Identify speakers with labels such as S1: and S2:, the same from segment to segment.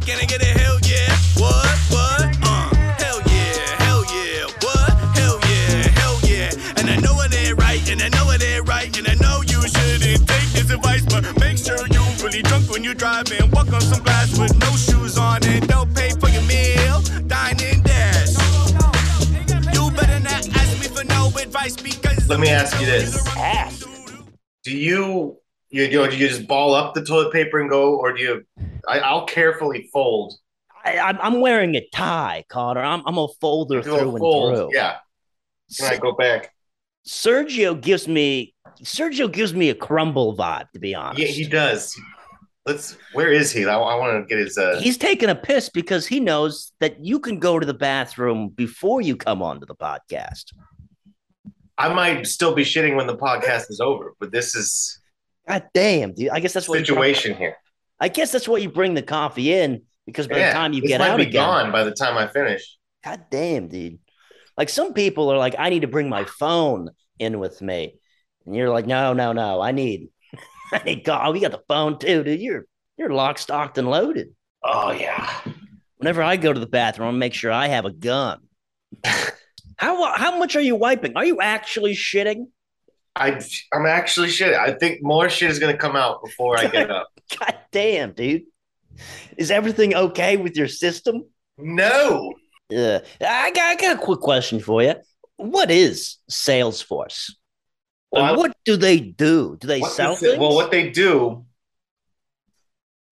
S1: Can I get a hell yeah? What? What? Uh, hell yeah, hell yeah. What? Hell yeah, hell yeah. And I know it ain't right, and I know it ain't right, and I know you shouldn't take this advice, but make sure you really drunk when you drive and walk on some glass with no shoes on and don't pay for your meal. Dine and dash. You better not ask me for no advice because
S2: Let me ask you this.
S3: Ask.
S2: do you you you, know, do you just ball up the toilet paper and go, or do you? I, I'll carefully fold.
S3: I, I'm, I'm wearing a tie, Connor. I'm, I'm a folder
S2: Do a
S3: through and
S2: fold.
S3: through.
S2: Yeah. Can I go back?
S3: Sergio gives me Sergio gives me a crumble vibe, to be honest.
S2: Yeah, he does. Let's. Where is he? I, I want to get his. Uh,
S3: He's taking a piss because he knows that you can go to the bathroom before you come onto the podcast.
S2: I might still be shitting when the podcast is over, but this is
S3: God damn, dude. I guess that's what you bring-
S2: situation here.
S3: I guess that's what you bring the coffee in because by the time you
S2: this
S3: get
S2: might
S3: out
S2: be
S3: again,
S2: gone by the time I finish.
S3: God damn, dude. Like some people are like, I need to bring my phone in with me. And you're like, no, no, no. I need I need God. We got the phone too, dude. You're you're lock, stocked, and loaded.
S2: Oh yeah.
S3: Whenever I go to the bathroom, I make sure I have a gun. how how much are you wiping? Are you actually shitting?
S2: I I'm actually shit. I think more shit is gonna come out before I get up.
S3: God damn, dude. Is everything okay with your system?
S2: No.
S3: Yeah. I got, I got a quick question for you. What is Salesforce?
S2: Well, I-
S3: And what do they do? Do they
S2: Uh, What
S3: sell
S2: they-
S3: things?
S2: Well, what they do,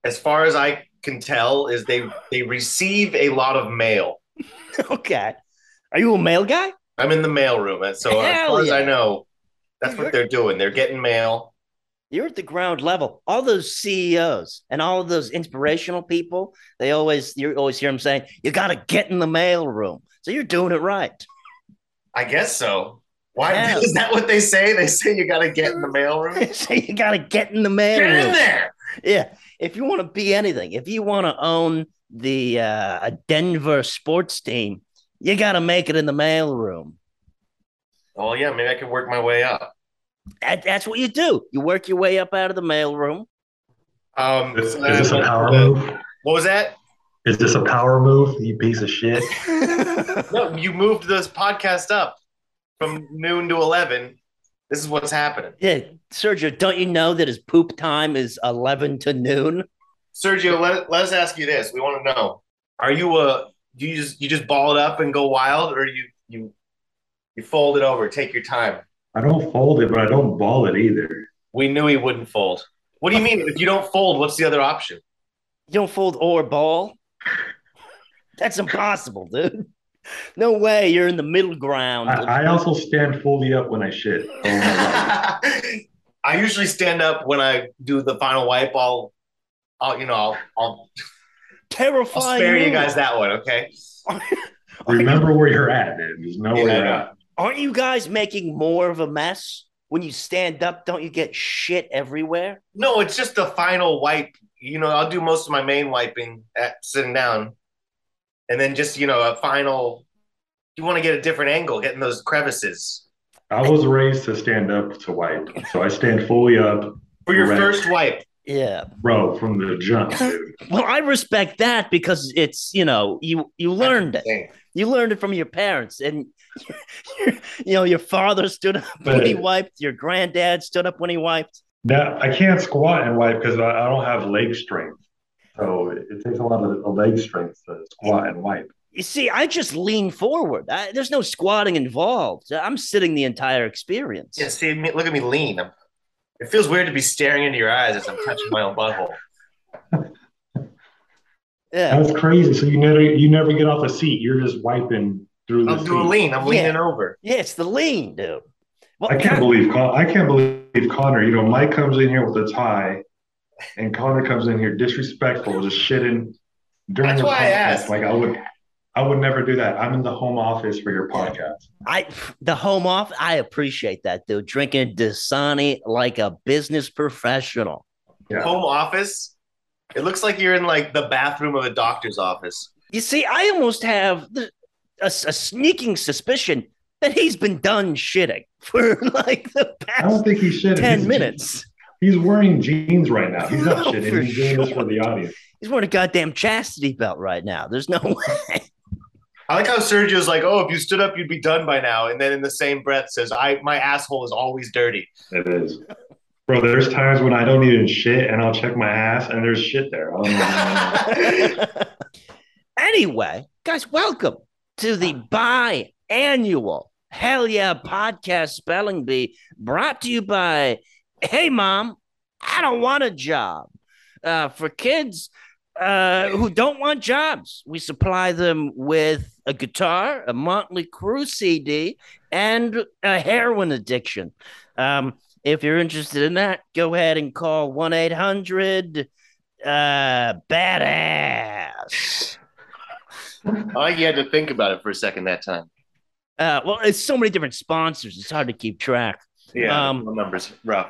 S2: as far as I can tell, is they they receive a lot of mail.
S3: okay. Are you a mail guy?
S2: I'm in the mail room, and so as
S3: Hell
S2: far as
S3: yeah.
S2: I know, that's what they're doing. They're getting mail.
S3: You're at the ground level. All those CEOs and all of those inspirational people, they always you always hear them saying, "You got to get in the mail room." So you're doing it right.
S2: I guess so. Why
S3: Yeah.
S2: is that what they say? They say you got to get in the mail room.
S3: so you got to get in the mail
S2: Get
S3: room.
S2: in there.
S3: Yeah. If you want to be anything, if you want to own the uh, a Denver sports team, you got to make it in the mailroom.
S2: Oh yeah, maybe I can work my way up.
S3: That, that's what you do. You work your way up out of the mailroom.
S2: Um,
S4: Is,
S2: so
S4: is this a
S2: then I
S4: power
S2: went to the-
S4: move?
S2: what was that?
S4: Is this a power move? You piece of shit.
S2: No, you moved this podcast up from noon to eleven. This is what's happening.
S3: yeah, Sergio, don't you know that his poop time is eleven to noon?
S2: Sergio, let, let us ask you this. We want to know: Are you a do you just you just ball it up and go wild, or you you you fold it over, take your time?
S4: I don't fold it, but I don't ball it either.
S2: We knew he wouldn't fold. What do you mean? If you don't fold, what's the other option?
S3: You don't fold or ball. That's impossible, dude. No way. You're in the middle ground.
S4: I, I also stand fully up when I shit. Oh my God.
S2: I usually stand up when I do the final wipe. I'll, I'll you know, I'll, I'll, I'll
S3: Terrifying.
S2: spare you
S3: move.
S2: guys that one. Okay.
S4: Remember where you're at, dude. Just know where
S2: Yeah, I
S4: you're
S2: know.
S4: at.
S3: Aren't you guys making more of a mess when you stand up? Don't you get shit everywhere?
S2: No, it's just the final wipe. You know, I'll do most of my main wiping at sitting down, and then just you know a final. You want to get a different angle, getting those crevices
S4: I was raised to stand up to wipe, so I stand fully up,
S2: for your
S4: Right.
S2: first wipe.
S3: Yeah.
S4: bro, from the jump, dude.
S3: Well, I respect that because it's you know you you learned it.
S2: Dang.
S3: You learned it from your parents, and you know your father stood up when he
S4: But-
S3: wiped. Your granddad stood up when he wiped.
S4: Now I can't squat and wipe because I, I don't have leg strength, so it, it takes a lot of of leg strength to squat and wipe.
S3: You see, I just lean forward. I, there's no squatting involved. I'm sitting the entire experience.
S2: Yeah, see, me- look at me lean. I'm, it feels weird to be staring into your eyes as I'm touching my own butthole.
S3: Yeah.
S4: That's crazy. So you never you never get off the seat. You're just wiping through the
S2: I'm doing
S4: seat.
S2: lean. I'm
S3: Yeah.
S2: leaning over.
S3: Yeah, it's the lean, dude. Well,
S4: I can't believe Con- I can't believe Connor. You know, Mike comes in here with a tie, and Connor comes in here disrespectful, just shitting during
S2: That's
S4: the
S2: why I
S4: podcast.
S2: asked.
S4: Like I would, I would never do that. I'm in the home office for your podcast.
S3: I the home off. I appreciate that, dude. Drinking Dasani like a business professional.
S4: Yeah.
S2: Home office. It looks like you're in like the bathroom of a doctor's office.
S3: You see, I almost have the, a, s- a sneaking suspicion that he's been done shitting for like the
S4: I don't
S3: past
S4: think he should.
S3: ten
S4: he's,
S3: minutes.
S4: He's wearing jeans right now. He's not
S3: No,
S4: shitting.
S3: for
S4: He's doing this
S3: sure.
S4: for the audience.
S3: He's wearing a goddamn chastity belt right now. There's no way.
S2: I like how Sergio's like, "Oh, if you stood up, you'd be done by now," and then in the same breath says, "I my asshole is always dirty."
S4: It is. Bro, there's times when I don't even shit and I'll check my ass and there's shit there. I don't know.
S3: anyway, guys, welcome to the biannual Hell Yeah Podcast Spelling Bee brought to you by Hey Mom, I Don't Want a Job. Uh, for kids uh, who don't want jobs, we supply them with a guitar, a Motley Crue CD, and a heroin addiction. Um, if you're interested in that, go ahead and call 1 800 uh badass
S2: I like you had to think about it for a second that time.
S3: uh well it's so many different sponsors it's hard to keep track
S2: Yeah,
S3: Um,
S2: the numbers rough.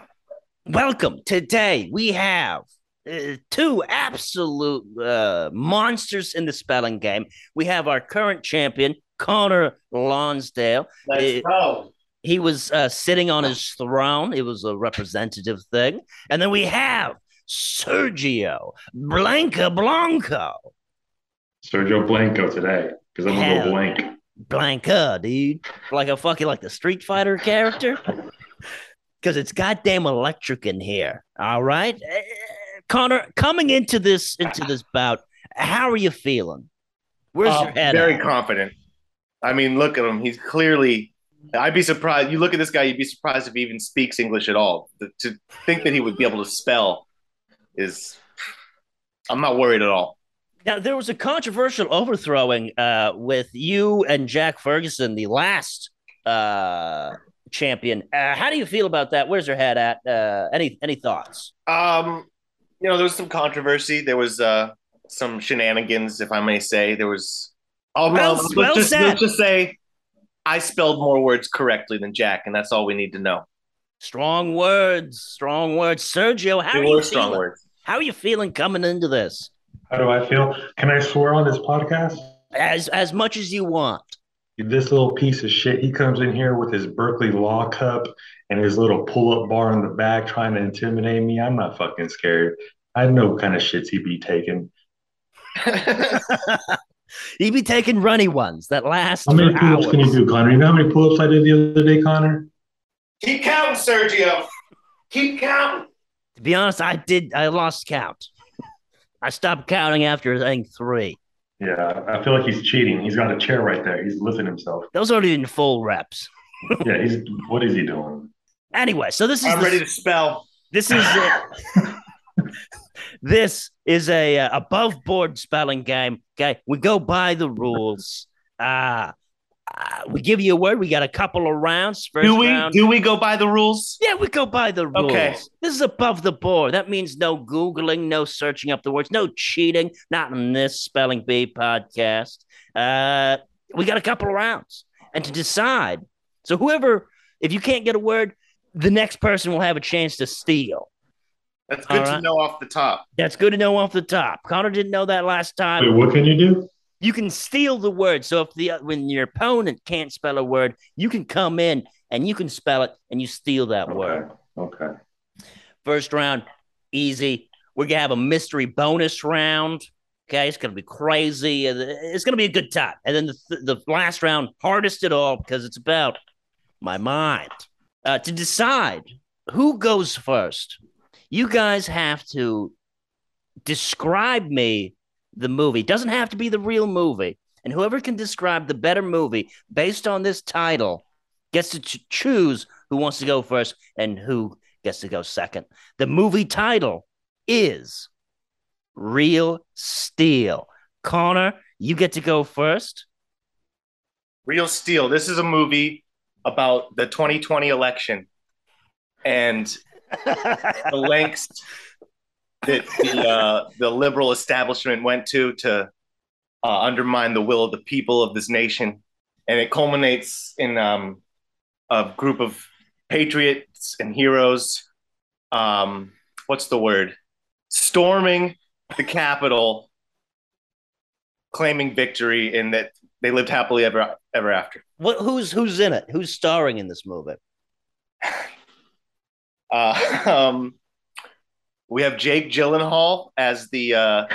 S3: welcome today we have uh, two absolute uh monsters in the spelling game we have our current champion connor lonsdale
S2: Let's
S3: It-
S2: go.
S3: he was uh, sitting on his throne. It was a representative thing. And then we have Sergio Blanca Blanco.
S4: Sergio Blanco today because I'm going to
S3: Hell.
S4: go blank.
S3: Blanca, uh, dude. Like a fucking like the Street Fighter character. Because it's goddamn electric in here. All right. Eh, Connor, coming into this into this bout, how are you feeling? Where's
S2: Uh,
S3: your head?
S2: very
S3: at?
S2: confident. I mean, look at him. He's clearly. I'd be surprised. You look at this guy. You'd be surprised if he even speaks English at all. To- To think that he would be able to spell is. I'm not worried at all.
S3: Now there was a controversial overthrowing uh, with you and Jack Ferguson, the last uh, champion. Uh, how do you feel about that? Where's your head at? Uh, any any thoughts?
S2: Um, you know, there was some controversy. There was uh, some shenanigans, if I may say. There was. Oh,
S3: Well-
S2: let's,
S3: well
S2: just,
S3: said.
S2: let's just say, I spelled more words correctly than Jack, and that's all we need to know.
S3: Strong words, strong words. Sergio, how
S2: They
S3: are
S2: were
S3: you
S2: strong
S3: feeling?
S2: words.
S3: How are you feeling coming into this?
S4: How do I feel? Can I swear on this podcast?
S3: As as much as you want.
S4: This little piece of shit, he comes in here with his Berkeley Law Cup and his little pull up bar in the back trying to intimidate me. I'm not fucking scared. I know what kind of shits he be taking.
S3: He be taking runny ones that last
S4: How many
S3: for
S4: pull ups can you
S3: hours.
S4: do, Connor? You know how many pull ups I did the other day, Connor?
S2: Keep counting, Sergio. Keep counting.
S3: To be honest, I did. I lost count. I stopped counting after I think three.
S4: Yeah, I feel like he's cheating. He's got a chair right there. He's lifting himself.
S3: Those aren't even full reps.
S4: Yeah, he's what is he doing?
S3: Anyway, so this is
S2: I'm
S3: the-
S2: ready to spell.
S3: this is a, this is a uh, above board spelling game. Okay, we go by the rules. Uh, uh we give you a word. We got a couple of rounds. First
S2: Do we
S3: round.
S2: do we go by the rules?
S3: yeah, we go by the rules.
S2: Okay.
S3: This is above the board. That means no Googling, no searching up the words, no cheating. Not in this Spelling Bee podcast. Uh, we got a couple of rounds. And to decide, so whoever, if you can't get a word, the next person will have a chance to steal.
S2: That's good
S3: All
S2: to
S3: right.
S2: know off the top.
S3: That's good to know off the top. Connor didn't know that last time.
S4: Wait, what can you do?
S3: You can steal the word. So if the uh, when your opponent can't spell a word, you can come in and you can spell it and you steal that word.
S4: Okay. Okay.
S3: First round, easy. We're gonna have a mystery bonus round. Okay, it's gonna be crazy. It's gonna be a good time. And then the, the last round, hardest at all, because it's about my mind uh, to decide who goes first. You guys have to describe me the movie. Doesn't have to be the real movie. And whoever can describe the better movie based on this title gets to ch- choose who wants to go first and who gets to go second. The movie title is Real Steel. Connor, you get to go first.
S2: Real Steel. This is a movie about the 2020 election and the lengths that the uh, the liberal establishment went to to uh, undermine the will of the people of this nation, and it culminates in um, a group of patriots and heroes. Um, what's the word? Storming the Capitol, claiming victory, and that they lived happily ever ever after.
S3: What, who's who's in it? Who's starring in this movie?
S2: Uh, um, we have Jake Gyllenhaal as the uh,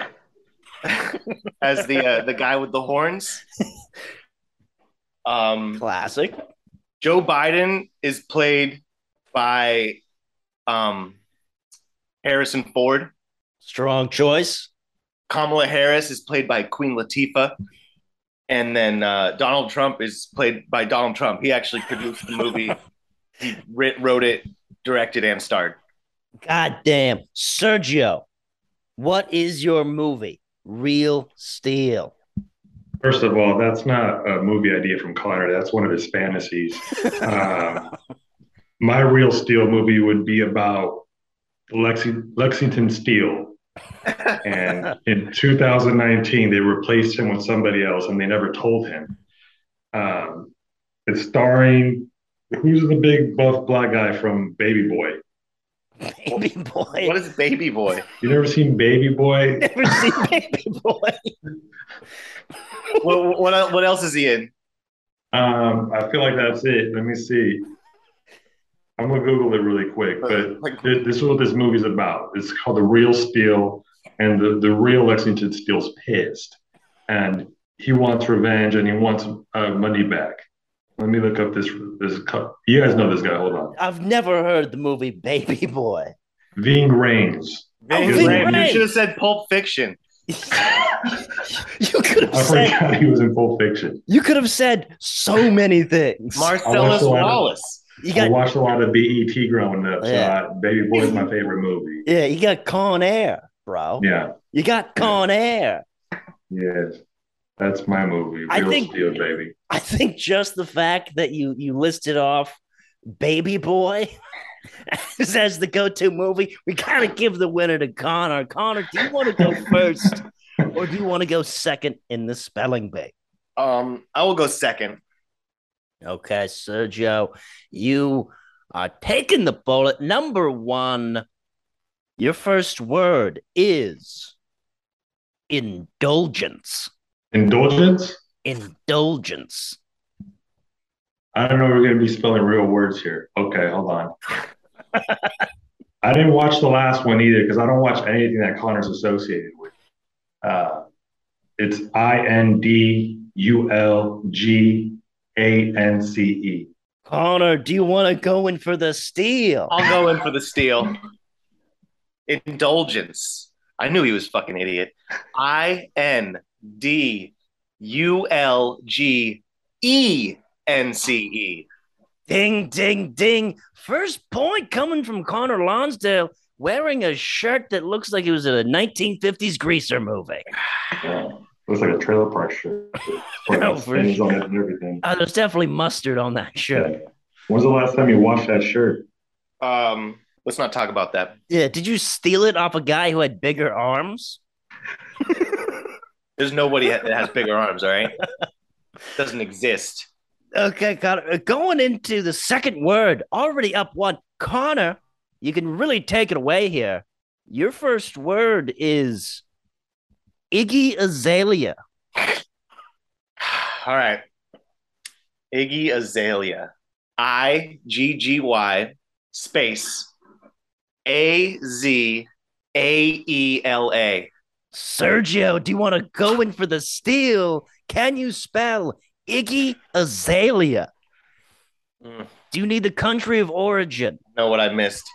S2: as the uh, the guy with the horns. Um,
S3: Classic.
S2: Joe Biden is played by um, Harrison Ford.
S3: Strong choice.
S2: Kamala Harris is played by Queen Latifah. And then uh, Donald Trump is played by Donald Trump. He actually produced the movie, he writ, wrote it, directed, and starred.
S3: God damn. Sergio, what is your movie? Real Steel.
S4: First of all, that's not a movie idea from Connor. That's one of his fantasies. Um, my real steel movie would be about Lexi- Lexington Steel. and in 2019, they replaced him with somebody else and they never told him. Um, it's starring who's the big buff black guy from Baby Boy?
S3: Baby boy.
S2: What is Baby Boy?
S4: You never seen Baby Boy?
S3: Never seen Baby Boy.
S2: what, what, el- what else is he in?
S4: Um, I feel like that's it. Let me see. I'm gonna Google it really quick, but
S2: Like-
S4: th- this is what this movie's about. It's called The Real Steel, and the, the real Lexington Steel's pissed, and he wants revenge and he wants uh, money back. Let me look up this this. co- You guys know this guy. Hold on,
S3: I've never heard the movie Baby Boy.
S4: Ving Rhames.
S3: Oh,
S2: Ving
S4: Ving
S2: Rhames. You
S3: Rhames.
S2: should have said Pulp Fiction.
S3: You could
S4: I
S3: have said
S4: forgot he was in Pulp Fiction.
S3: you could have said so many things.
S2: Marcellus
S4: I like the-
S2: Wallace.
S3: you
S4: I
S3: got
S4: watched a lot of BET growing up.
S3: Yeah.
S4: So I, Baby Boy is my favorite movie.
S3: yeah, you got Con Air, bro.
S4: Yeah,
S3: You got Con Air.
S4: yes, that's my movie. Real
S3: I think-
S4: Steel, baby.
S3: I think just the fact that you you listed off Baby Boy as, as the go-to movie, we gotta give the winner to Connor. Connor, do you want to go first, or do you want to go second in the spelling bee?
S2: Um, I will go second.
S3: Okay, Sergio, you are taking the bullet. Number one, your first word is indulgence.
S4: Indulgence.
S3: Indulgence.
S4: I don't know. if We're going to be spelling real words here. Okay, hold on. I didn't watch the last one either because I don't watch anything that Connor's associated with. Uh, it's I N D U L G A N C E.
S3: Connor, do you want to go in for the steal?
S2: I'll go in for the steal. Indulgence. I knew he was fucking idiot. I N D U L G E N C E.
S3: Ding, ding, ding. First point coming from Connor Lonsdale wearing a shirt that looks like it was in a 1950s greaser movie.
S4: Yeah. Looks like a trailer park shirt.
S3: No, for
S4: Stains on it and everything.
S3: Uh, there's definitely mustard on that shirt.
S4: Yeah. When's the last time you washed that shirt?
S2: Um, let's not talk about that.
S3: Yeah, did you steal it off a guy who had bigger arms?
S2: There's nobody that has bigger arms, all right? Doesn't exist.
S3: Okay, Connor. uh, Going into the second word, already up one. Connor, you can really take it away here. Your first word is Iggy Azalea.
S2: All right. Iggy Azalea. I G G Y space A Z A E L A.
S3: Sergio, do you want to go in for the steal? Can you spell Iggy Azalea?
S2: Mm.
S3: Do you need the country of origin?
S2: Know what I missed.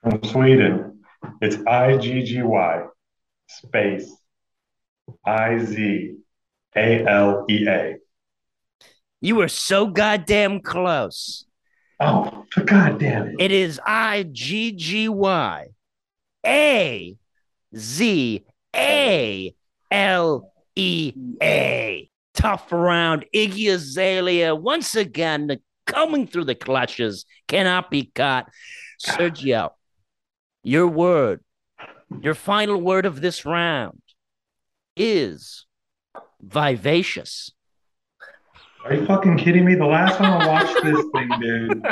S4: From Sweden. It's I G G Y space I Z A L E A.
S3: You were so goddamn close.
S4: Oh, for God damn it.
S3: It is I G G Y A Z A L E A. Tough round. Iggy Azalea once again coming through the clutches, cannot be caught. Sergio, your word, your final word of this round is vivacious.
S4: Are you fucking kidding me? The last time I watched this thing, dude,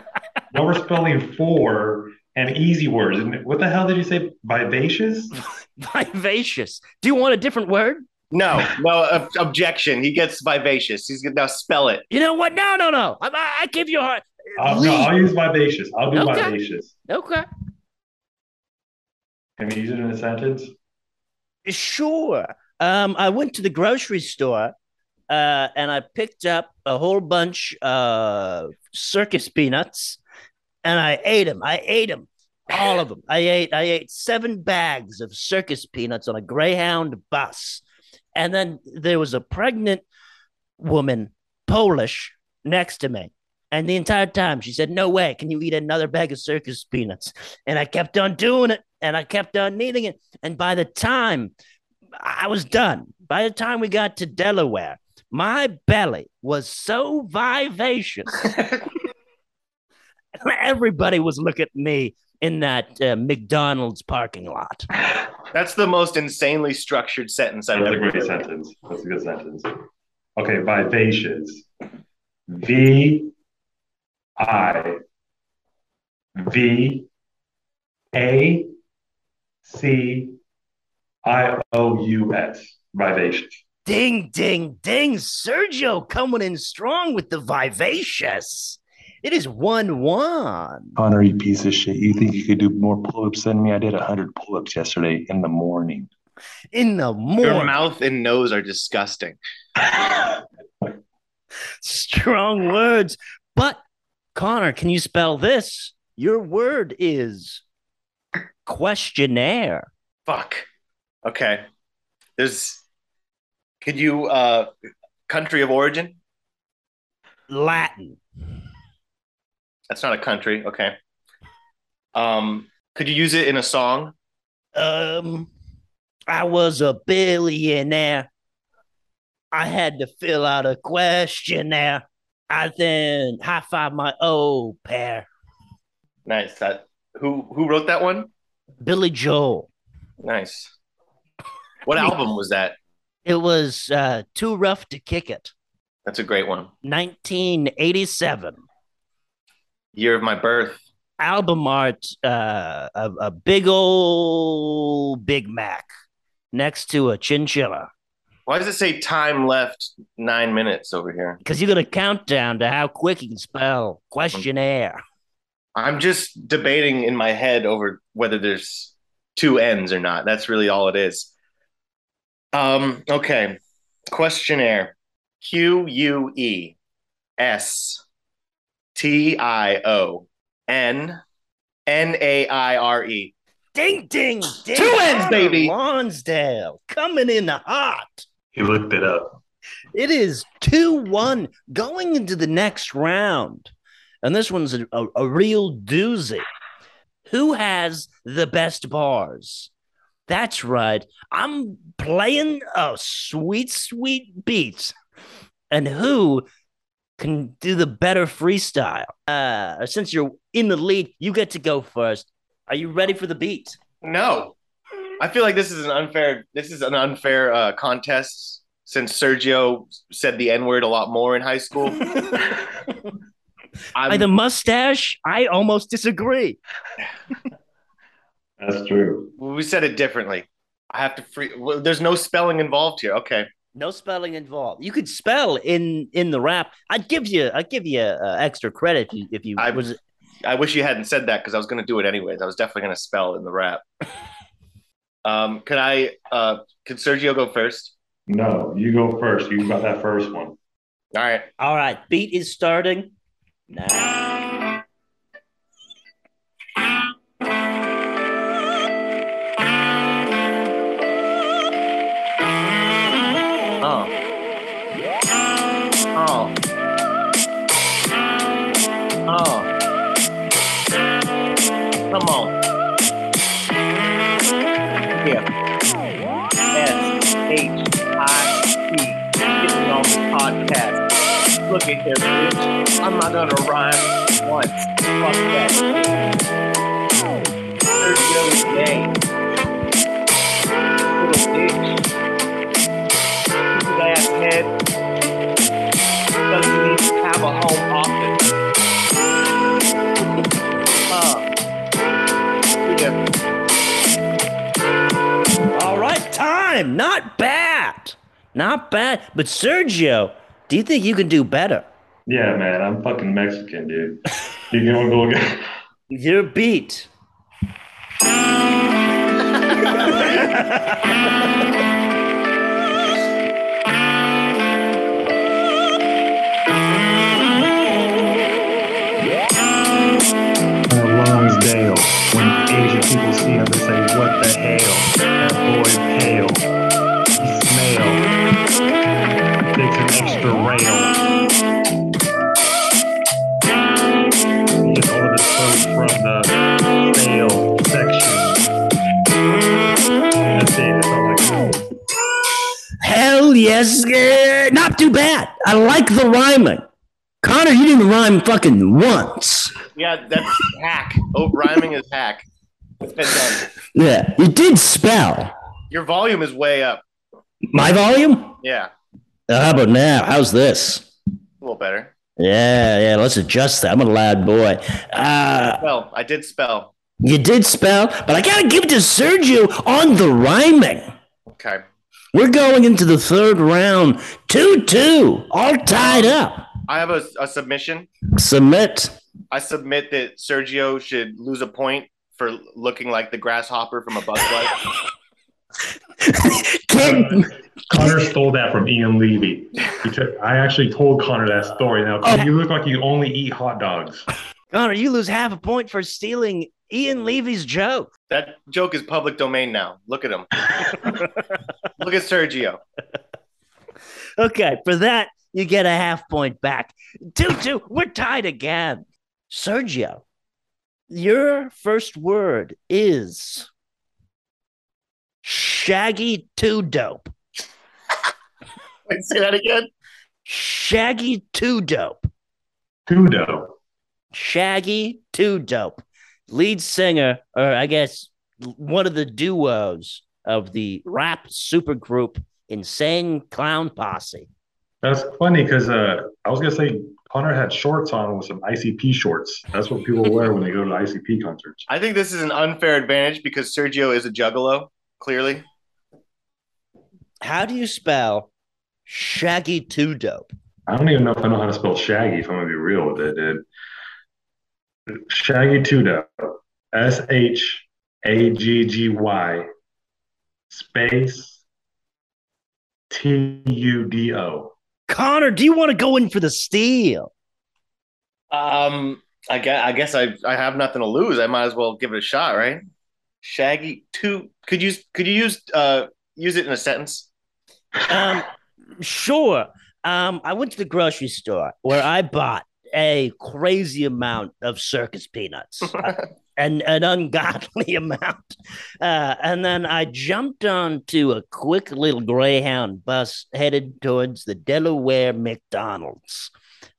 S4: they were spelling four and easy words. And what the hell did you say? Vivacious?
S3: Vivacious. Do you want a different word?
S2: No, no ob- objection. He gets vivacious. He's gonna now spell it.
S3: You know what? No, no, no. I, I, I give you a heart.
S4: I'll, Oh, Uh, no, I'll use vivacious. I'll do
S3: Okay.
S4: vivacious.
S3: Okay.
S4: Can we use it in a sentence?
S3: Sure. Um, I went to the grocery store uh, and I picked up a whole bunch of circus peanuts and I ate them. I ate them. All of them. I ate I ate seven bags of circus peanuts on a Greyhound bus. And then there was a pregnant woman, Polish, next to me. And the entire time she said, No way, can you eat another bag of circus peanuts? And I kept on doing it and I kept on eating it. And by the time I was done, by the time we got to Delaware, my belly was so vivacious. Everybody was looking at me in that uh, McDonald's parking lot.
S2: That's the most insanely structured sentence I've
S4: That's a
S2: ever
S4: great sentence. That's a good sentence. Okay, vivacious. V I V A C I O U S. Vivacious.
S3: Ding, ding, ding. Sergio coming in strong with the vivacious. It is 1 1.
S5: Connor, you piece of shit. You think you could do more pull ups than me? I did 100 pull ups yesterday in the morning.
S3: In the
S2: Your
S3: morning.
S2: mouth and nose are disgusting.
S3: Strong words. But, Connor, can you spell this? Your word is questionnaire.
S2: Fuck. Okay. There's. Could you uh, country of origin?
S3: Latin.
S2: That's not a country. Okay. Um, could you use it in a song?
S3: Um, I was a billionaire. I had to fill out a questionnaire. I then high five my old pair,
S2: Nice. That who who wrote that one?
S3: Billy Joel.
S2: Nice. What
S3: I mean-
S2: album was that?
S3: It was uh, too rough to kick it.
S2: That's a great one.
S3: 1987
S2: Year of my birth.
S3: album art. Uh, a, a big old Big Mac next to a chinchilla
S2: Why does it say time left nine minutes over here?
S3: because you're gonna count down to how quick you can spell questionnaire.
S2: I'm just debating in my head over whether there's two ends or not. That's really all it is. Um, okay. Questionnaire. Q U E S T I O N N A I R E.
S3: Ding, ding, ding.
S2: Two ends,
S3: Connor
S2: baby.
S3: Lonsdale coming in hot.
S4: He looked it up.
S3: It is 2 1 going into the next round. And this one's a, a, a real doozy. Who has the best bars? That's right. I'm playing a sweet, sweet beat. And who can do the better freestyle? Uh, since you're in the lead, you get to go first. Are you ready for the beat?
S2: No. I feel like this is an unfair this is an unfair uh, contest since Sergio said the N word a lot more in high school.
S3: By
S2: I'm,
S3: the mustache, I almost disagree.
S4: That's true.
S2: we said it differently. I have to free well, there's no spelling involved here. Okay.
S3: No spelling involved. You could spell in in the rap. I'd give you I'd give you uh, extra credit if you, if you
S2: I-
S3: was
S2: I wish you hadn't said that because I was going to do it anyways. I was definitely going to spell in the rap. um, could I? Uh, could Sergio go first?
S4: No, you go first. You got that first one.
S2: All right.
S3: all right. Beat is starting now.
S2: Oh. Oh. Oh. Come on. Yeah. S H I T. This is on the podcast. Look at here, bitch. I'm not gonna rhyme once. Fuck that. Sergio's name. Little bitch. Stupid ass head. Doesn't need to have a home office. Uh, yeah.
S3: All right, time. Not bad. Not bad. But Sergio, do you think you can do better?
S4: Yeah, man, I'm fucking Mexican, dude. You gonna go again?
S3: Your beat.
S4: or Lonsdale. When Asian people see him, they say, What the hell? That boy pale. He smell. Takes an extra rail. He gets all of his food from the sale section. And that's it. That's all I can do.
S3: Hell yes, yeah. not too bad. I like the rhyming. Connor, you didn't rhyme fucking once.
S2: Yeah, that's hack. Oh, rhyming is hack. It's been done.
S3: Yeah, you did spell.
S2: Your volume is way up.
S3: My volume?
S2: Yeah,
S3: Uh, How about now? How's this?
S2: a little better.
S3: Yeah, yeah, let's adjust that. I'm a loud boy. Uh,
S2: Well, I did spell.
S3: you did spell, but I gotta give it to Sergio on the rhyming.
S2: Okay.
S3: We're going into the third round, 2 2, all tied up.
S2: I have a, a submission.
S3: Submit.
S2: I submit that Sergio should lose a point for looking like the grasshopper from a Bug's Life.
S3: Can't,
S4: Connor stole that from Ian Levy. He took, I actually told Connor that story. Now, Connor, you look like you only eat hot dogs.
S3: Connor, you lose half a point for stealing Ian Levy's joke.
S2: That joke is public domain now. Look at him. Look at Sergio.
S3: Okay, for that, you get a half point back. 2 2, we're tied again. Sergio, your first word is shaggy two dope.
S2: Wait, say that again.
S3: Shaggy two dope.
S4: Kudo.
S3: Shaggy Two Dope, lead singer, or I guess one of the duos of the rap supergroup Insane Clown Posse.
S4: That's funny because uh, I was gonna say Connor had shorts on with some ICP shorts. That's what people wear when they go to ICP concerts.
S2: I think this is an unfair advantage because Sergio is a juggalo, clearly.
S3: How do you spell Shaggy Two Dope?
S4: I don't even know if I know how to spell Shaggy. If I'm gonna be real with it, dude. Shaggy Tudo, S H A G G Y, space T U D O.
S3: Connor, do you want to go in for the steal?
S2: Um, I guess, I guess I I have nothing to lose. I might as well give it a shot, right? Shaggy two. Could you could you use uh use it in a sentence?
S3: Um, sure. Um, I went to the grocery store where I bought a crazy amount of circus peanuts. and an ungodly amount. Uh, and then I jumped onto a quick little Greyhound bus headed towards the Delaware McDonald's.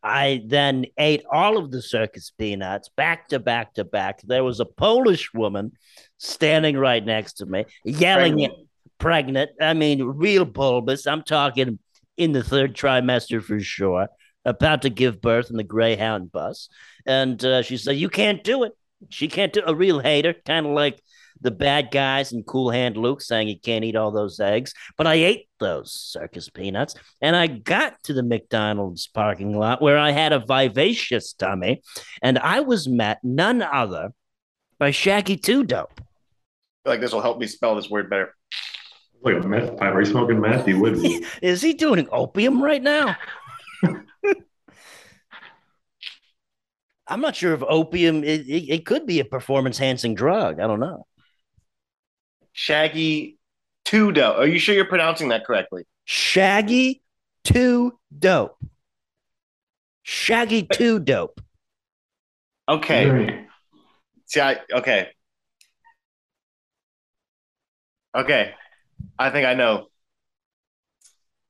S3: I then ate all of the circus peanuts back to back to back. There was a Polish woman standing right next to me, yelling
S2: Pregnant.
S3: pregnant. I mean, real bulbous. I'm talking in the third trimester for sure, about to give birth in the Greyhound bus. And uh, she said, You can't do it. She can't do a real hater, kind of like the bad guys and Cool Hand Luke saying he can't eat all those eggs. But I ate those circus peanuts, and I got to the McDonald's parking lot where I had a vivacious tummy, and I was met none other by Shaggy Two Dope.
S2: I feel like this will help me spell this word better.
S4: Like a meth pipe. Are you smoking meth? You would be.
S3: Is he doing opium right now? I'm not sure if opium it, it, it could be a performance enhancing drug. I don't know.
S2: Shaggy two dough. Are you sure you're pronouncing that correctly?
S3: Shaggy two dope. Shaggy two dope.
S2: Okay. See, I okay. Okay. I think I know.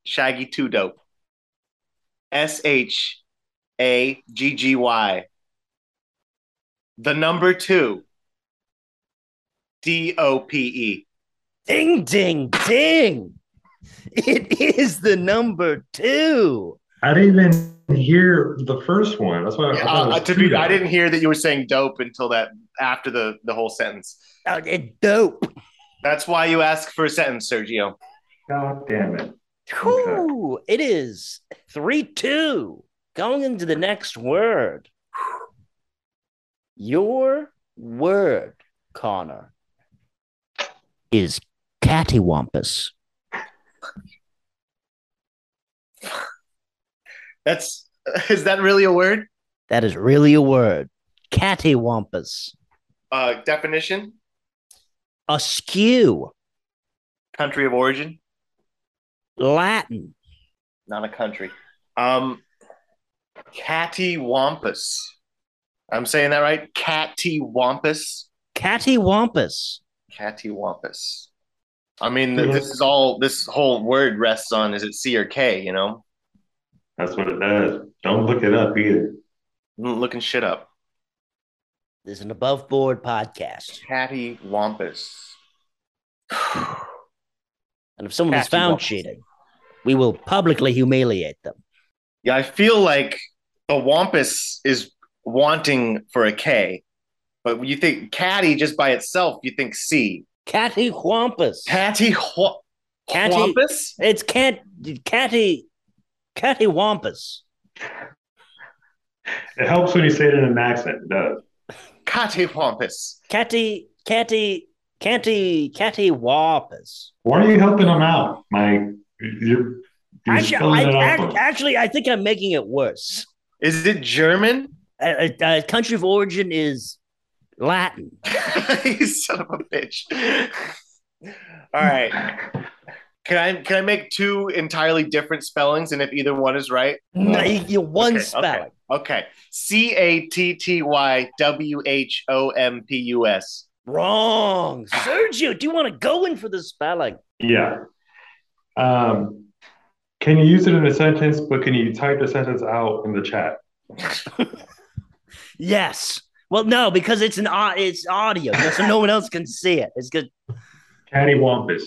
S2: Shaggy Two Dope. S H A G G Y. The number two. D O P E.
S3: Ding ding ding. It is the number two.
S4: I didn't even hear the first one. That's why I, thought
S2: Uh,
S4: it was
S2: to be,
S4: Kudo.
S2: I didn't hear that you were saying dope until that after the, the whole sentence.
S3: Uh, it- dope.
S2: That's why you ask for a sentence, Sergio.
S4: God damn it.
S3: Whew. It is three two. Going into the next word. Your word, Connor, is cattywampus.
S2: That's is that really a word?
S3: That is really a word. Cattywampus.
S2: Uh, definition?
S3: Askew.
S2: Country of origin?
S3: Latin.
S2: Not a country. Um, cattywampus. I'm saying that right? Cattywampus.
S3: Cattywampus.
S2: Cattywampus. I mean, th- this is all. This whole word rests on is it C or K? You know,
S4: That's what it does. Don't look it up either.
S2: I'm looking shit up.
S3: This is an above board podcast.
S2: Cattywampus.
S3: And if someone is
S2: Cattywampus.
S3: found cheating, we will publicly humiliate them.
S2: Yeah, I feel like the wampus is wanting for a K, but when you think catty just by itself, you think C.
S3: Cattywampus.
S2: Catty wa-
S3: Catty-
S2: wampus?
S3: It's cat catty cattywampus.
S4: It helps when you say it in an accent. It does.
S2: Catty wampus.
S3: Catty catty catty cattywampus.
S4: Why are you helping them out, Mike? You're, you're
S3: Actually,
S4: spelling
S3: I,
S4: it out.
S3: act-
S4: for 'em.
S3: actually, I think I'm making it worse.
S2: Is it German?
S3: Uh, uh, uh, country of origin is Latin.
S2: you son of a bitch. All right. Can I can I make two entirely different spellings and if either one is right?
S3: No, you, you- one
S2: Okay, okay.
S3: spelling.
S2: Okay. C A T T Y W H O M P U S.
S3: Wrong. Sergio, do you want to go in for the spelling?
S4: Yeah. Um, can you use it in a sentence, but can you type the sentence out in the chat?
S3: Yes. Well, no, because it's an au- it's audio, so no one else can see it. It's good.
S4: Cattywampus.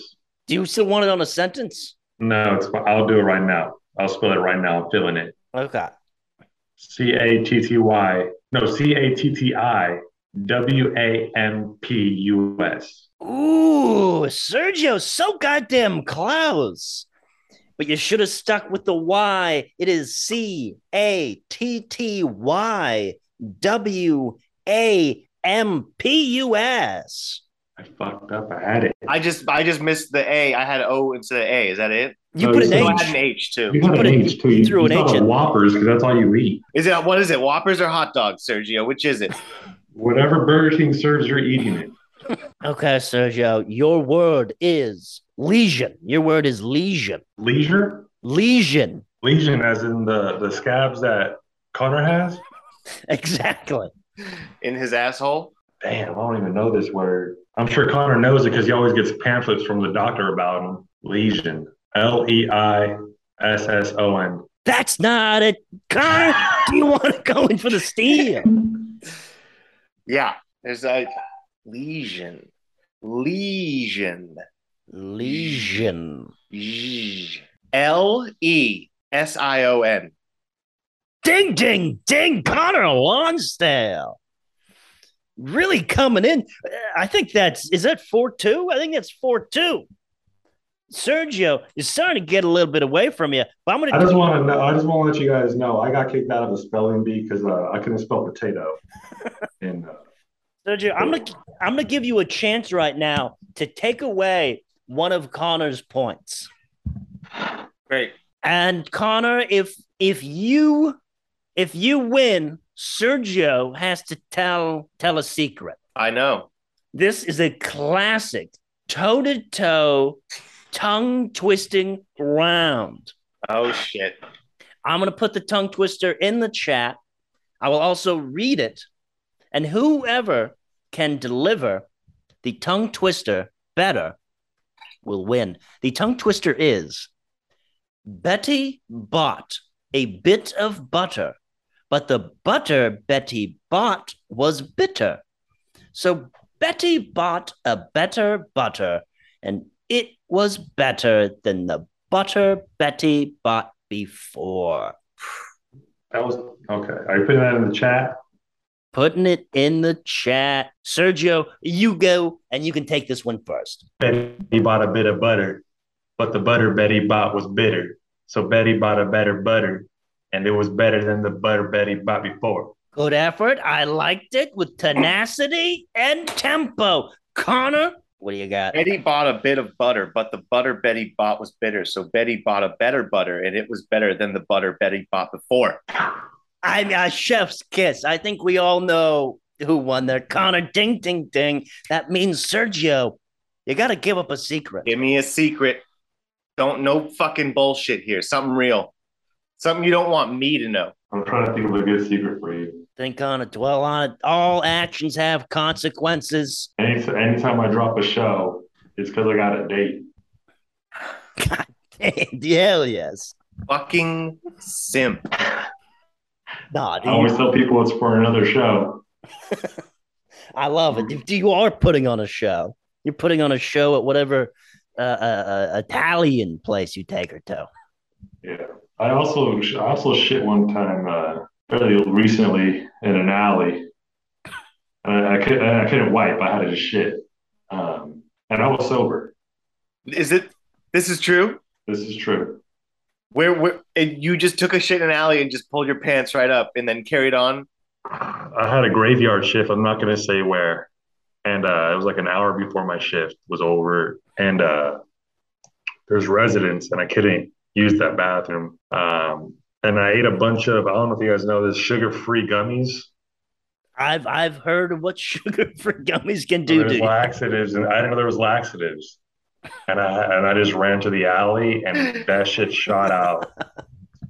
S3: Do you still want it on a sentence?
S4: No, it's, I'll do it right now. I'll spell it right now. I'm feeling it.
S3: Okay.
S4: C A T T Y. No, C A T T I W A M P U S.
S3: Ooh, Sergio, so goddamn close. But you should have stuck with the Y. It is C A T T Y W A M P U S.
S4: I fucked up. I had it.
S2: I just I just missed the A. I had O instead of A. Is that it?
S3: You
S4: No,
S3: put
S4: you
S3: an
S4: still
S2: Oh, I
S3: H.
S2: had an H too.
S4: You got
S3: put
S4: an
S3: an-
S4: H too.
S3: you
S4: You
S3: threw an
S4: you
S3: H
S4: call
S3: in.
S4: them Whoppers because that's all you eat.
S2: Is it what is it? Whoppers or hot dogs, Sergio? Which is it?
S4: Whatever Burger King serves, you're eating it.
S3: Okay, Sergio, your word is lesion. Your word is lesion.
S4: Leisure,
S3: Lesion.
S4: lesion, as in the the scabs that Connor has.
S3: Exactly.
S2: In his asshole?
S4: Damn, I don't even know this word. I'm sure Connor knows it because he always gets pamphlets from the doctor about him. Lesion. L E I S S O N.
S3: That's not it. Connor, do you want to go in for the steal?
S2: Yeah. There's a lesion. Lesion.
S3: Lesion.
S2: L E S I O N.
S3: Ding, ding, ding, Connor Lonsdale. Really coming in. Uh, I think that's, is that 4 2? I think that's 4 2. Sergio is starting to get a little bit away from you, but I'm going
S4: I
S3: to.
S4: just want to know. I just want to let you guys know I got kicked out of the spelling bee because uh, I couldn't spell potato. and uh,
S3: Sergio, I'm gonna I'm gonna give you a chance right now to take away one of Connor's points.
S2: Great.
S3: And Connor, if if you if you win, Sergio has to tell tell a secret.
S2: I know.
S3: This is a classic toe to toe, tongue twisting round.
S2: Oh shit.
S3: I'm going to put the tongue twister in the chat. I will also read it. And whoever can deliver the tongue twister better will win. The tongue twister is Betty bought a bit of butter, but the butter Betty bought was bitter. So Betty bought a better butter, and it was better than the butter Betty bought before.
S4: that was okay. Are you putting that in the chat?
S3: Putting it in the chat. Sergio, you go and you can take this one first.
S4: Betty bought a bit of butter, but the butter Betty bought was bitter. So Betty bought a better butter, and it was better than the butter Betty bought before.
S3: Good effort. I liked it with tenacity and tempo. Connor, What do you got?
S2: Betty bought a bit of butter, but the butter Betty bought was bitter. So Betty bought a better butter, and it was better than the butter Betty bought before.
S3: I mean, a chef's kiss. I think we all know who won there. Connor Ding Ding Ding. That means Sergio. You got to give up a secret.
S2: Give me a secret. Don't no fucking bullshit here. Something real. Something you don't want me to know.
S4: I'm trying to think of a good secret for you.
S3: Think on it, dwell on it. All actions have consequences.
S4: Any, anytime I drop a show, it's because I got a date.
S3: God damn, hell yes.
S2: Fucking simp.
S3: Nah,
S4: I
S3: dude,
S4: always tell people it's for another show.
S3: I love it. Dude, You are putting on a show. You're putting on a show at whatever uh, uh, uh, Italian place you take her to.
S4: Yeah. I also I also shit one time uh, fairly recently in an alley, and I, I, could, I couldn't wipe. I had to just shit, um, and I was sober.
S2: Is it? This is true.
S4: This is true.
S2: Where, where and you just took a shit in an alley and just pulled your pants right up and then carried on.
S4: I had a graveyard shift. I'm not going to say where. And uh, it was like an hour before my shift was over. And uh, there's residents, and I couldn't use that bathroom. Um, and I ate a bunch of, I don't know if you guys know this, sugar free gummies.
S3: I've I've heard of what sugar free gummies can do
S4: there's
S3: to you.
S4: laxatives, and I didn't know there was laxatives. And I and I just ran to the alley, and that shit shot out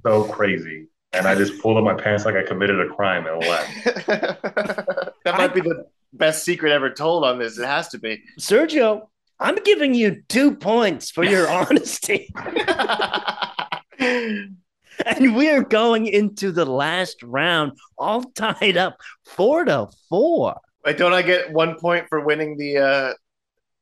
S4: so crazy. And I just pulled up my pants like I committed a crime and left.
S2: that might be the best secret ever told on this. It has to be.
S3: Sergio, I'm giving you two points for your honesty. And we are going into the last round, all tied up four to four.
S2: Wait, don't I get one point for winning the? Uh,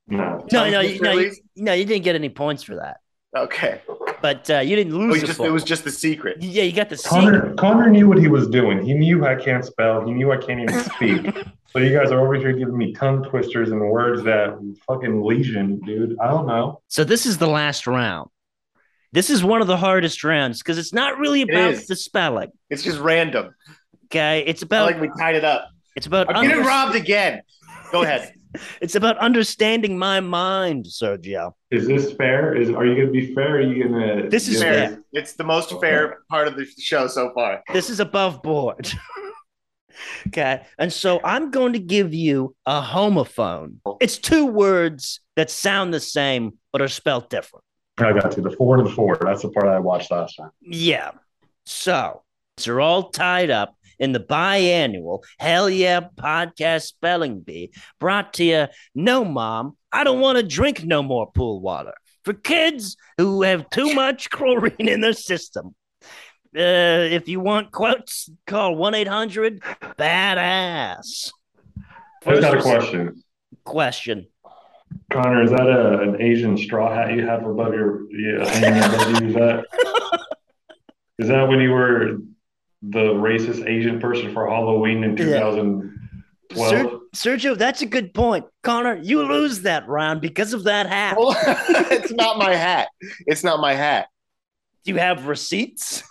S4: No,
S3: No,
S2: Tongue
S3: no,
S2: kiss
S3: you, no, you,
S2: release?
S3: no, you didn't get any points for that,
S2: okay.
S3: but uh, you didn't
S2: It
S3: lose.
S2: was,
S3: the
S2: Oh, just,
S3: four.
S2: it was just the secret.
S3: yeah, you got the secret.
S4: Connor, Connor knew what he was doing. He knew I can't spell. He knew I can't even speak. so you guys are over here giving me tongue twisters and words that fucking lesion, dude. I don't know.
S3: So this is the last round. This is one of the hardest rounds because it's not really about
S2: is.
S3: the spelling.
S2: It's just random.
S3: Okay, it's
S2: I
S3: about
S2: like we tied it up.
S3: it's about
S2: I'm getting
S3: under-
S2: robbed again. Go ahead.
S3: it's about understanding my mind, Sergio.
S4: Is this fair? Is are you gonna be fair? Are you gonna?
S3: This is
S4: you know,
S3: fair.
S2: It's the most fair part of the show so far.
S3: This is above board. okay. And so I'm going to give you a homophone. It's two words that sound the same but are spelled different.
S4: I got you. The four and the four. That's the part I watched last time.
S3: Yeah. So they're all tied up in the biannual Hell Yeah Podcast Spelling Bee brought to you. No, Mom, I don't want to drink no more pool water for kids who have too much chlorine in their system. Uh, if you want quotes, call 1 800 Badass.
S4: There's not a
S3: First
S4: question.
S3: question.
S4: Connor, is that a, an Asian straw hat you have above your yeah, hanging above you? Is that is that when you were the racist Asian person for Halloween in
S3: Yeah.
S4: 2012?
S3: Ser- Sergio, that's a good point. Connor, you lose that round because of that hat.
S2: Well, it's not my hat. It's not my hat.
S3: Do you have receipts?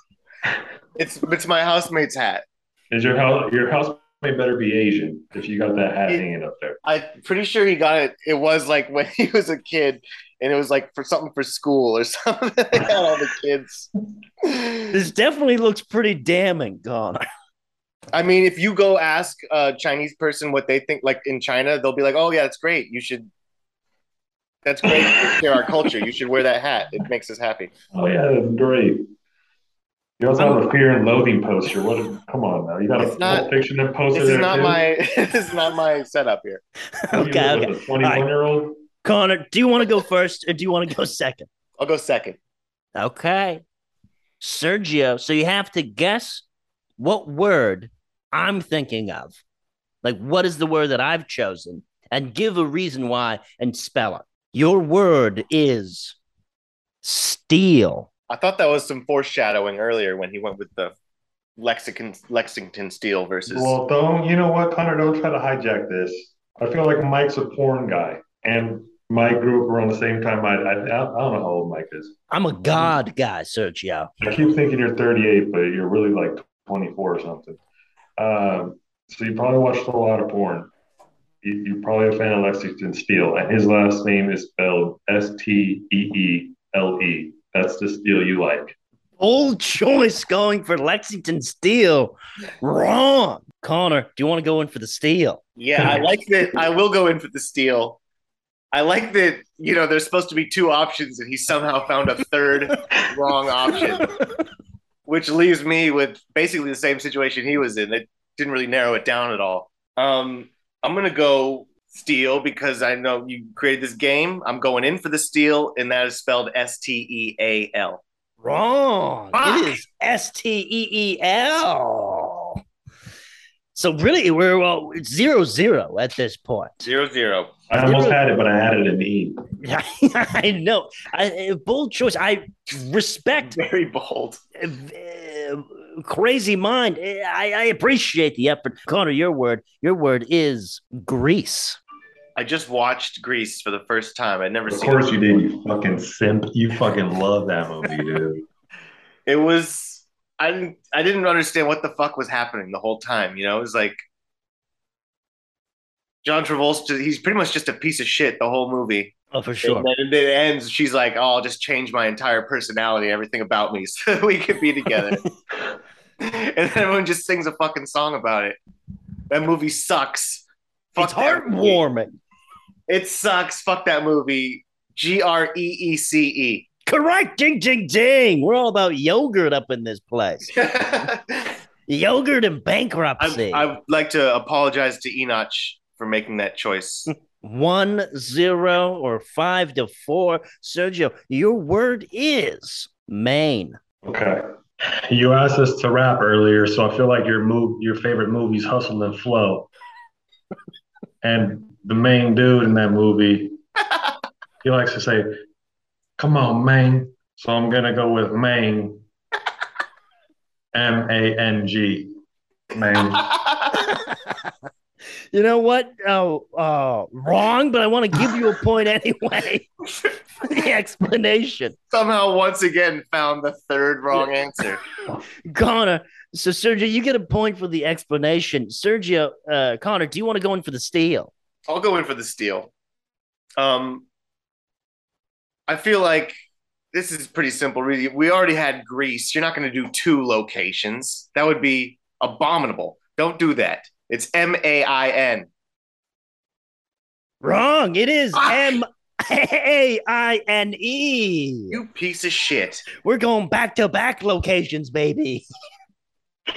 S2: It's it's my housemate's hat.
S4: Is your house your house may better be Asian if you got that hat
S2: It-
S4: hanging up there?
S2: I'm pretty sure he got it. It was like when he was a kid, and it was like for something for school or something. They got all the kids.
S3: This definitely looks pretty damning, Connor.
S2: I mean, if you go ask a Chinese person what they think, like in China, they'll be like, "Oh yeah, that's great. You should. That's great. You share our culture. You should wear that hat. It makes us happy."
S4: Oh yeah, that's great. You also have a fear and loathing poster. What? Come on now, you got a
S2: It's not-
S4: Pulp Fiction poster.
S2: This is
S4: there,
S2: not
S4: too?
S2: my. This is not my setup here.
S4: What
S3: Okay,
S4: are you,
S3: okay.
S4: what, a Twenty-one year old.
S3: Connor, do you want to go first or do you want to go second?
S2: I'll go second.
S3: Okay. Sergio, so you have to guess what word I'm thinking of. Like, what is the word that I've chosen? And give a reason why and spell it. Your word is steel.
S2: I thought that was some foreshadowing earlier when he went with the Lexington Lexington Steel versus.
S4: Well, don't you know what, Connor? Don't try to hijack this. I feel like Mike's a porn guy, and Mike grew up around the same time. I I, I don't know how old Mike is.
S3: I'm a god guy, Sergio.
S4: I keep thinking you're 38, but you're really like 24 or something. Um, so you probably watched a lot of porn, you- you're probably a fan of Lexington Steel, and his last name is spelled S T E E L E. That's the steel you like.
S3: Old choice going for Lexington Steel. Wrong. Connor, do you want to go in for the steel?
S2: Yeah, I like that. I will go in for the steal. I like that, you know, there's supposed to be two options, and he somehow found a third wrong option, which leaves me with basically the same situation he was in. That didn't really narrow it down at all. Um, I'm going to go steal because I know you created this game. I'm going in for the steal, and that is spelled S T E A L.
S3: Wrong.
S2: Fuck.
S3: It is S T E E L. So really, we're well it's zero zero at this point.
S2: Zero zero.
S4: I almost had it, but I added an E.
S3: I know. I, uh, bold choice. I respect
S2: Very bold.
S3: uh, uh, crazy mind. I, I appreciate the effort. Connor, your word, your word is Greece.
S2: I just watched Grease for the first time. I'd never
S4: Of
S2: seen
S4: course
S2: it.
S4: you did, you
S5: Fucking simp. You fucking love that movie, dude.
S2: it was I didn't I didn't understand what the fuck was happening the whole time. You know, it was like John Travolta. He's pretty much just a piece of shit the whole movie.
S3: Oh, for sure.
S2: And then it ends. She's like, "Oh, I'll just change my entire personality, everything about me, so we could be together." and then everyone just sings a fucking song about it. That movie sucks. Fuck
S3: It's
S2: that movie.
S3: heartwarming.
S2: It sucks. Fuck that movie. G R E E C E.
S3: Correct. Ding, ding, ding. We're all about yogurt up in this place. Yogurt and
S2: I,
S3: bankruptcy.
S2: I would like to apologize to Enoch for making that choice.
S3: One, zero, or five to four. Sergio, your word is Maine.
S4: Okay.
S5: You asked us to rap earlier, so I feel like your move, your favorite movie is Hustle and Flow. And the main dude in that movie, he likes to say, "Come on, man." So I'm gonna go with Maine, M A N G, Maine.
S3: You know what? Oh, oh, wrong, but I want to give you a point anyway for the explanation.
S2: Somehow, once again, found the third wrong answer.
S3: Connor, so Sergio, you get a point for the explanation. Sergio, uh, Connor, do you want to go in for the steal?
S2: I'll go in for the steal. Um, I feel like this is pretty simple. Really, we already had Greece. You're not going to do two locations. That would be abominable. Don't do that. It's M A I N.
S3: Wrong. It is
S2: Fuck.
S3: M A I N E.
S2: You piece of shit.
S3: We're going back to back locations, baby.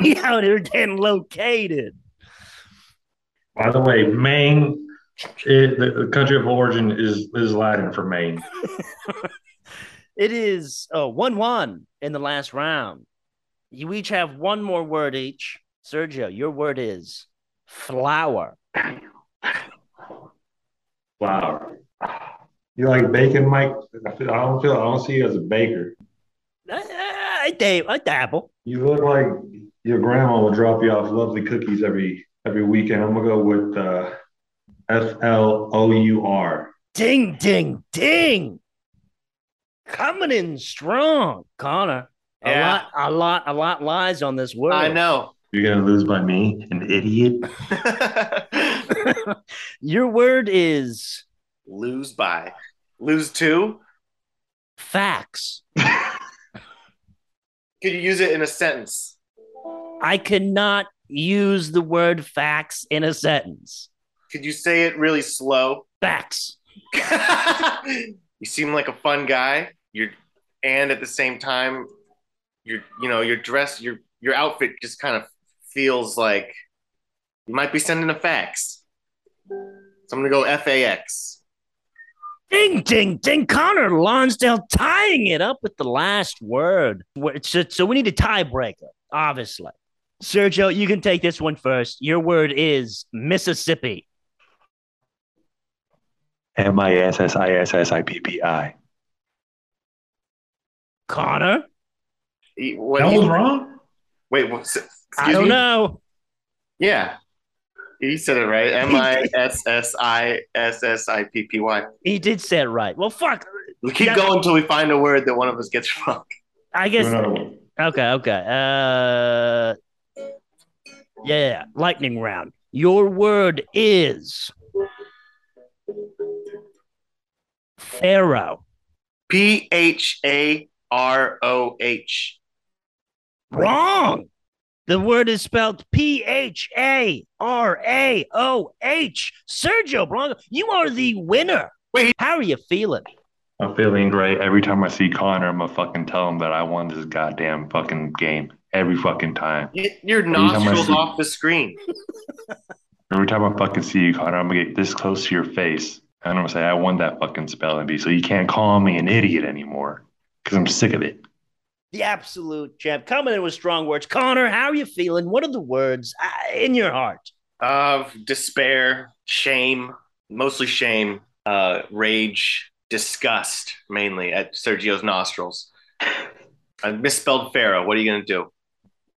S3: we out here getting located.
S5: By the way, Maine, it, the, the country of origin is is Latin for Maine.
S3: It is uh, 1 1 in the last round. You each have one more word each. Sergio, your word is flower.
S4: Flour.
S5: You like bacon, Mike? I feel- I don't feel I don't see you as a baker.
S3: I, I, I dab- I dabble.
S5: You look like your grandma will drop you off lovely cookies every every weekend. I'm gonna go with uh, F L O U R.
S3: Ding, ding, ding. Coming in strong, Connor. A
S2: Yeah.
S3: lot, a lot, a lot lies on this word.
S2: I know.
S5: You're gonna lose by me, an idiot.
S3: Your word is
S2: Lose by. Lose two?
S3: facts.
S2: Could you use it in a sentence?
S3: I cannot use the word facts in a sentence.
S2: Could you say it really slow?
S3: Facts.
S2: you seem like a fun guy. You're and at the same time, you're you know, your dress, your your outfit just kind of feels like you might be sending a fax. So I'm gonna go FAX.
S3: Ding, ding, ding. Connor Lonsdale tying it up with the last word. Wh- So, so we need a tiebreaker, obviously. Sergio, you can take this one first. Your word is Mississippi.
S5: M I S S I S S I P P I.
S3: Connor,
S2: E- What
S4: That
S2: you-
S4: was wrong?
S2: wait, what's
S3: I don't know.
S2: Yeah. He said it right. M I S S I S S I P P Y.
S3: He did say it right. Well, fuck.
S2: We keep
S3: Yeah.
S2: going until we find a word that one of us gets wrong.
S3: I
S4: Do
S3: guess.
S4: another one.
S3: Okay, okay. Uh, yeah, yeah, yeah. lightning round.
S6: Your word is Pharaoh.
S2: P H A R O H.
S6: Wrong. The word is spelled P H A R A O H. Sergio Blanco, you are the winner.
S2: Wait.
S6: how are you feeling?
S4: I'm feeling great. Every time I see Connor, I'm gonna fucking tell him that I won this goddamn fucking game. Every fucking time.
S2: Get your
S4: talking about
S2: nostrils
S4: soup?
S2: off the screen.
S4: Every time I fucking see you, Connor, I'm gonna get this close to your face. And I'm gonna say I won that fucking spelling bee, so you can't call me an idiot anymore. Cause I'm sick of it.
S3: The absolute champ coming in with strong words. Connor, how are you feeling? What are the words uh, in your heart?
S2: Uh, despair, shame, mostly shame, uh, rage, disgust, mainly at Sergio's nostrils. I misspelled Pharaoh. What are you going to do?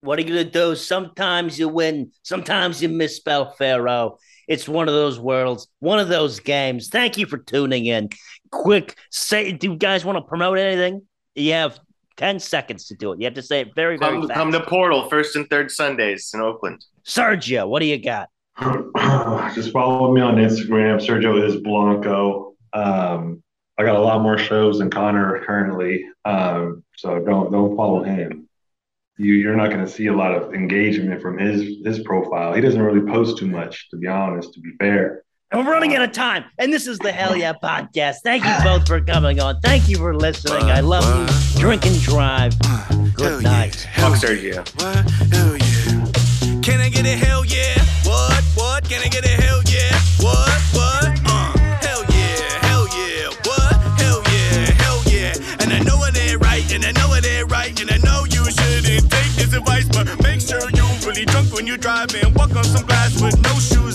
S3: What are you going to do? Sometimes you win, sometimes you misspell Pharaoh. It's one of those worlds, one of those games. Thank you for tuning in. Quick, say, do you guys want to promote anything? You have 10 seconds to do it. You have to say it very, very
S2: Come,
S3: fast.
S2: come to Portal first and third Sundays in Oakland.
S3: Sergio, what do you got?
S5: Just follow me on Instagram. Sergio is Blanco. Um, I got a lot more shows than Connor currently, um, so don't don't follow him. You you're not going to see a lot of engagement from his his profile. He doesn't really post too much, to be honest. To be fair,
S3: And we're running out of time. And this is the Hell Yeah Podcast. Thank you both for coming on. Thank you for listening. I love you. Drink and drive. Good night.
S2: Fuck Sergio.
S1: What? Hell yeah. Can I get a hell yeah? What? What? Can I get a hell yeah? What? What? Uh, hell yeah, hell yeah. What? Hell yeah, hell yeah. And I know it ain't right, and I know it ain't right, and I know you shouldn't take this advice, but make sure you really drunk when you drive and walk on some glass with no shoes Uh,